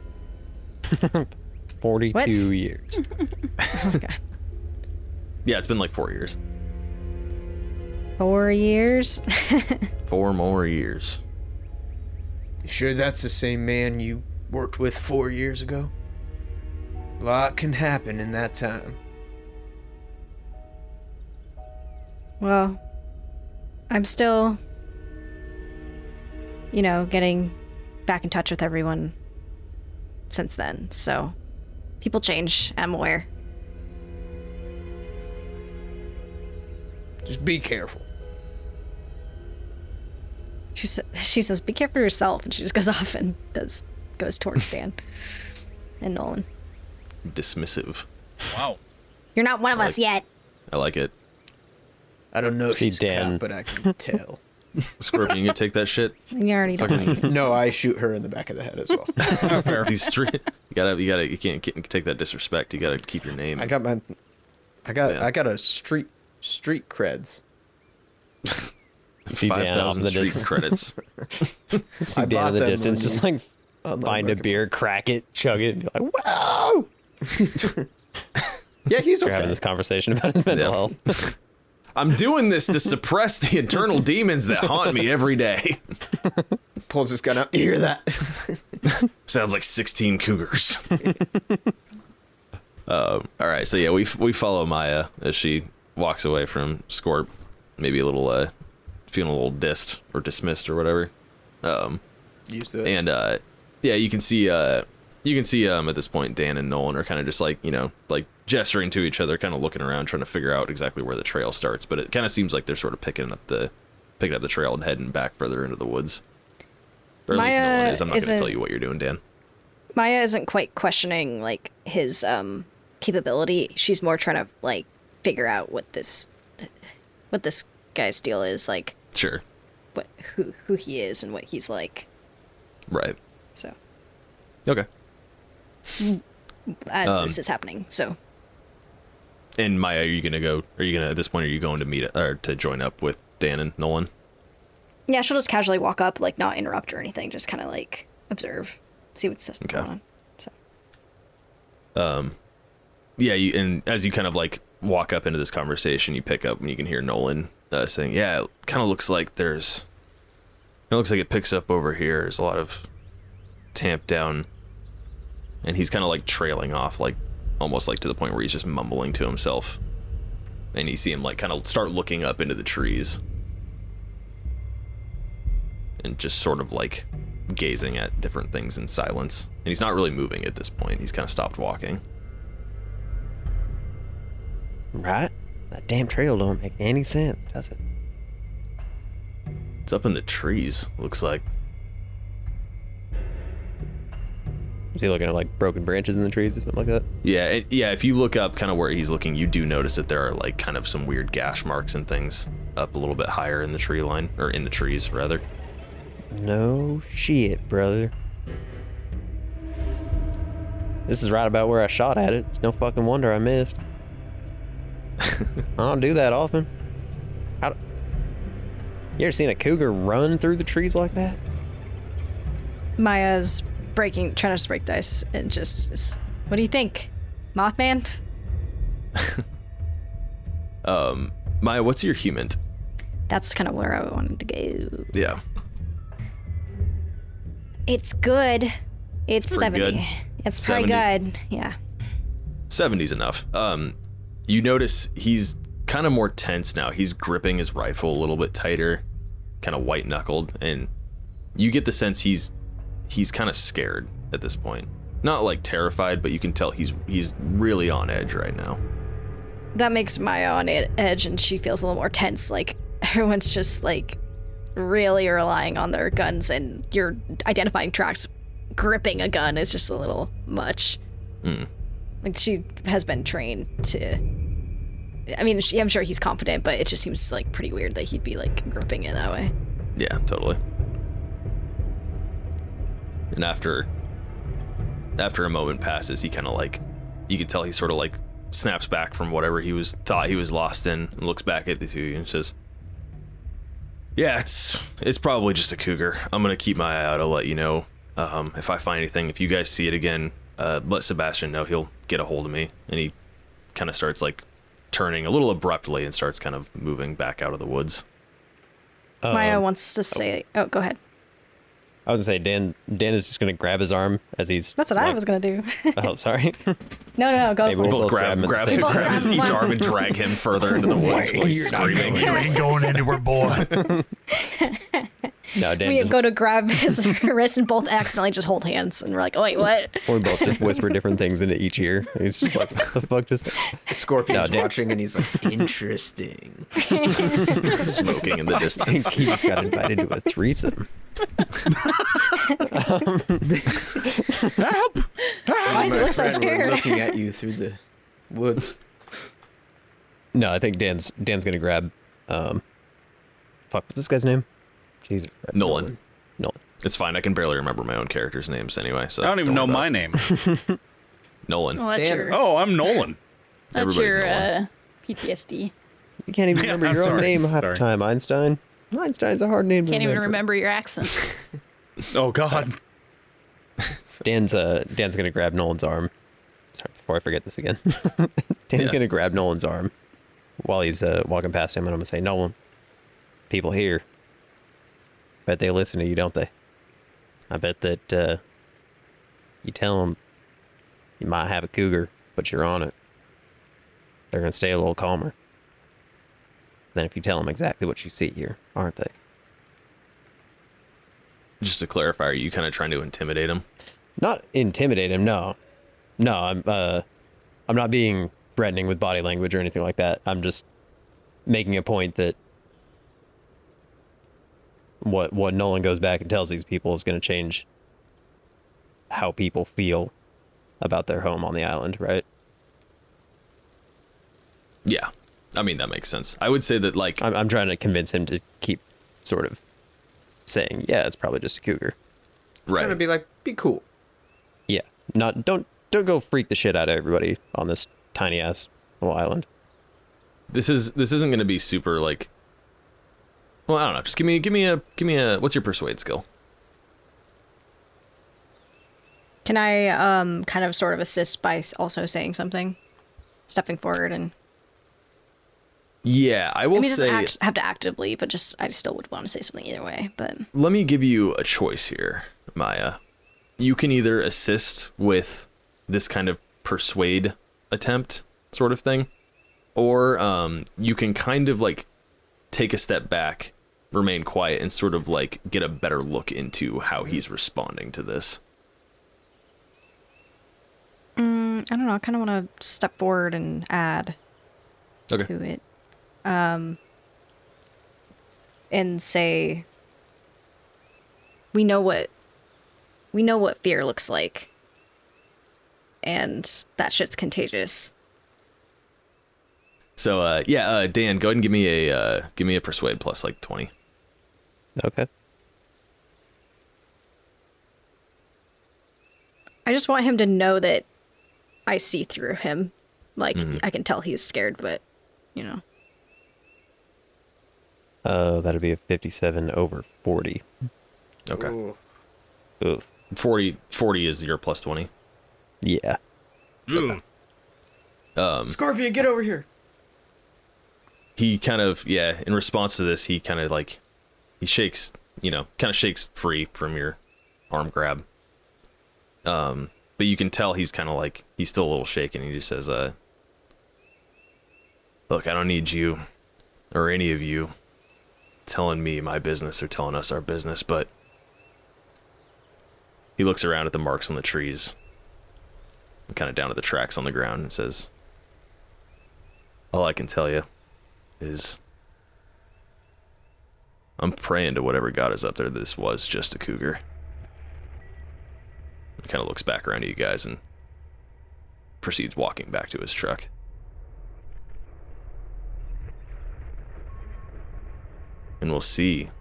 Forty-two years. Oh my god. Yeah, it's been like four years. Four years? Four more years. You sure that's the same man you worked with four years ago? A lot can happen in that time. Well, I'm still, you know, getting back in touch with everyone since then. So people change. I'm aware. Just be careful. She sa- she says, "Be careful yourself," and she just goes off and does goes towards Dan and Nolan. Dismissive. Wow. You're not one of us Like- yet. I like it. I don't know if See, she's a Dan. cop, but I can tell. Scorpion, you gonna take that shit? And you already Fucking- don't. no, I shoot her in the back of the head as well. fair. These three. You gotta. You gotta. You can't get, take that disrespect. You gotta keep your name. I got my, I got, Yeah. I got a street, street creds. See Dan off five thousand in the street distance. credits. See I Dan bought in the them distance, when just you- like on the find a record. beer, crack it, chug it, and be like, "What?" Wow. yeah, he's We're okay. having this conversation about his mental Yeah. health. I'm doing this to suppress the internal demons that haunt me every day. Pulls his gun out. You hear that? Sounds like 16 cougars. um, all right, so yeah, we we follow Maya as she walks away from Scorp, maybe a little uh, feeling a little dissed or dismissed or whatever. Use the. And uh, yeah, you can see uh, you can see um, at this point Dan and Nolan are kind of just like you know like gesturing to each other, kind of looking around, trying to figure out exactly where the trail starts. But it kind of seems like they're sort of picking up the picking up the trail and heading back further into the woods. Or at least Maya Nolan is. I'm not going isn't- to tell you what you're doing, Dan. Maya isn't quite questioning like his um capability. She's more trying to like figure out what this what this guy's deal is, like Sure, what who who he is and what he's like. right. So Okay. as Um, this is happening, so And Maya, are you gonna go? Are you gonna at this point? Are you going to meet or to join up with Dan and Nolan? yeah, she'll just casually walk up, like not interrupt or anything, just kind of like observe, see what's Okay. going on. So Yeah, you, and as you kind of like walk up into this conversation, you pick up and you can hear Nolan uh, saying, "Yeah, it kind of looks like there's. It looks like it picks up over here. There's a lot of tamped down." And he's kind of like trailing off, like almost like to the point where he's just mumbling to himself. And you see him like kind of start looking up into the trees. and just sort of like gazing at different things in silence. And he's not really moving at this point. He's kind of stopped walking. Right? That damn trail don't make any sense, does it? It's up in the trees, looks like. Is he looking at like broken branches in the trees or something like that? Yeah, it, yeah. If you look up kind of where he's looking, you do notice that there are like kind of some weird gash marks and things up a little bit higher in the tree line or in the trees rather. No shit, brother. This is right about where I shot at it. It's no fucking wonder I missed. I don't do that often. How do... You ever seen a cougar run through the trees like that? Maya's breaking, trying to break dice, and just, just what do you think, Mothman? Um, Maya, what's your human? That's kind of where I wanted to go. Yeah, It's good. It's, pretty 70. good. It's pretty 70. good. Yeah. 70's enough. Um, you notice he's kind of more tense now. He's gripping his rifle a little bit tighter, kind of white knuckled, and you get the sense he's he's kind of scared at this point. Not like terrified, but you can tell he's he's really on edge right now. That makes Maya on e- edge and she feels a little more tense. Like everyone's just like really relying on their guns and you're identifying tracks. Gripping a gun is just a little much. Mm. Like she has been trained to. I mean, she, I'm sure he's competent, but it just seems like pretty weird that he'd be like gripping it that way. Yeah, totally. And after after a moment passes, he kind of like you can tell he sort of like snaps back from whatever he was thought he was lost in and looks back at the two of you and says, "Yeah, it's it's probably just a cougar. I'm gonna keep my eye out. I'll let you know um, if I find anything. If you guys see it again, uh, let Sebastian know. He'll get a hold of me." And he kind of starts like turning a little abruptly and starts kind of moving back out of the woods. Maya wants to say, "Oh, go ahead." I was gonna say Dan. Dan is just gonna grab his arm as he's. That's what I was gonna do. gonna. Oh, sorry. no, no, no, go Maybe for it. we'll- both grab him at the grab, same grab, time. his Both each grab arm one. and drag him further into the woods while he's screaming. ain't going anywhere, boy. no, Dan. We just, go to grab his wrist and both accidentally just hold hands, and we're like, "Oh wait, what?" we both just whisper different things into each ear. He's just like, what the fuck? Just The Scorpion's No, Dan- watching and he's like, interesting. smoking in the I distance. think he just got invited to a threesome. Help! Why does he My look so friend, we're scared? Looking at you through the woods. No, I think Dan's Dan's gonna grab. Um, fuck, what's this guy's name? Jesus. Christ. Nolan. Nolan. It's fine. I can barely remember my own character's names anyway. So I don't even know worry my about name. it. Nolan. Well, that's Damn. your, Oh, I'm Nolan. that's everybody's your Nolan. uh, PTSD. You can't even Yeah, remember I'm your own sorry. name half the Sorry. time. Einstein. Einstein's a hard name. to Can't even remember your accent. Oh God. Dan's uh Dan's gonna grab Nolan's arm. Sorry, before I forget this again. Dan's Yeah. gonna grab Nolan's arm while he's uh, walking past him, and I'm gonna say, Nolan, people here. Bet they listen to you, don't they? I bet that uh, you tell them you might have a cougar, but you're on it. They're gonna stay a little calmer than if you tell them exactly what you see here, aren't they? Just to clarify, are you kind of trying to intimidate him? not intimidate him. No, no, I'm uh, I'm not being threatening with body language or anything like that. I'm just making a point that what what Nolan goes back and tells these people is going to change how people feel about their home on the island, right? Yeah. I mean that makes sense. I would say that like I'm I'm trying to convince him to keep sort of saying, yeah, it's probably just a cougar. right. Trying to be like, be cool. Yeah, not don't don't go freak the shit out of everybody on this tiny ass little island. this is this isn't going to be super like. Well, I don't know. Just give me give me a give me a what's your persuade skill? Can I um kind of sort of assist by s- also saying something, stepping forward, and Yeah, I will I mean, just say. act, have to actively, but just I still would want to say something either way. But let me give you a choice here, Maya. You can either assist with this kind of persuade attempt sort of thing, or um, you can kind of like take a step back, remain quiet, and sort of like get a better look into how he's responding to this. I don't know. I kind of want to step forward and add Okay. to it, um, and say, we know what we know what fear looks like, and that shit's contagious. So uh, yeah, uh, Dan, go ahead and give me a uh, give me a persuade plus like twenty. Okay. I just want him to know that I see through him. Like I can tell he's scared, but you know. Uh, that'd be a 57 over 40. Okay. Oof. 40, 40 is your plus twenty. Yeah. Ooh. Scorpion, get over here. He kind of yeah. In response to this, he kind of like he shakes you know kind of shakes free from your arm grab. Um, but you can tell he's kind of like he's still a little shaken. He just says, "Uh, look, I don't need you or any of you telling me my business or telling us our business, but." He looks around at the marks on the trees, kind of down at the tracks on the ground, and says, all I can tell you is I'm praying to whatever God is up there that this was just a cougar. He kind of looks back around at you guys and proceeds walking back to his truck. And we'll see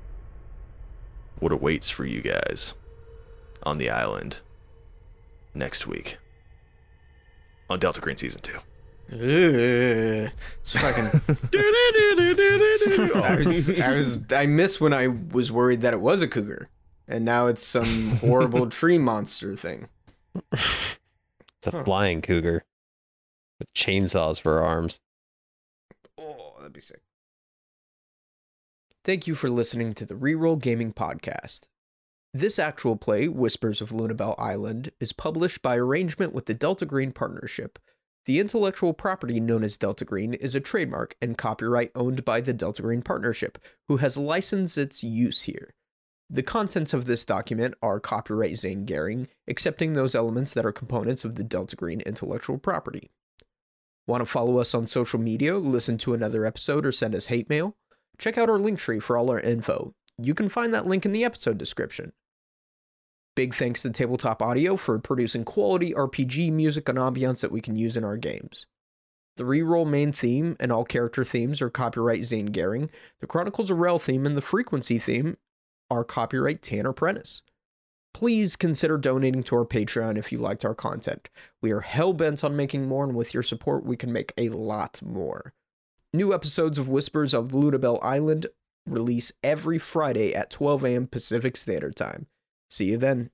what awaits for you guys on the island next week on Delta Green Season 2. Ugh. It's fucking. I was, I was, I miss when I was worried that it was a cougar, and now it's some horrible tree monster thing. It's a flying cougar with chainsaws for arms. Oh, that'd be sick. Thank you for listening to the Reroll Gaming Podcast. This actual play, Whispers of Lunabelle Island, is published by arrangement with the Delta Green Partnership. The intellectual property known as Delta Green is a trademark and copyright owned by the Delta Green Partnership, who has licensed its use here. The contents of this document are copyright Zane Gehring, excepting those elements that are components of the Delta Green intellectual property. Want to follow us on social media, listen to another episode, or send us hate mail? Check out our link tree for all our info. You can find that link in the episode description. Big thanks to Tabletop Audio for producing quality RPG music and ambiance that we can use in our games. The reroll main theme and all character themes are copyright Zane Gehring. The Chronicles of Rel theme and the Frequency theme are copyright Tanner Prentice. Please consider donating to our Patreon if you liked our content. We are hell bent on making more, and with your support, we can make a lot more. New episodes of Whispers of Ludabel Island release every Friday at 12 a.m. Pacific Standard Time. See you then.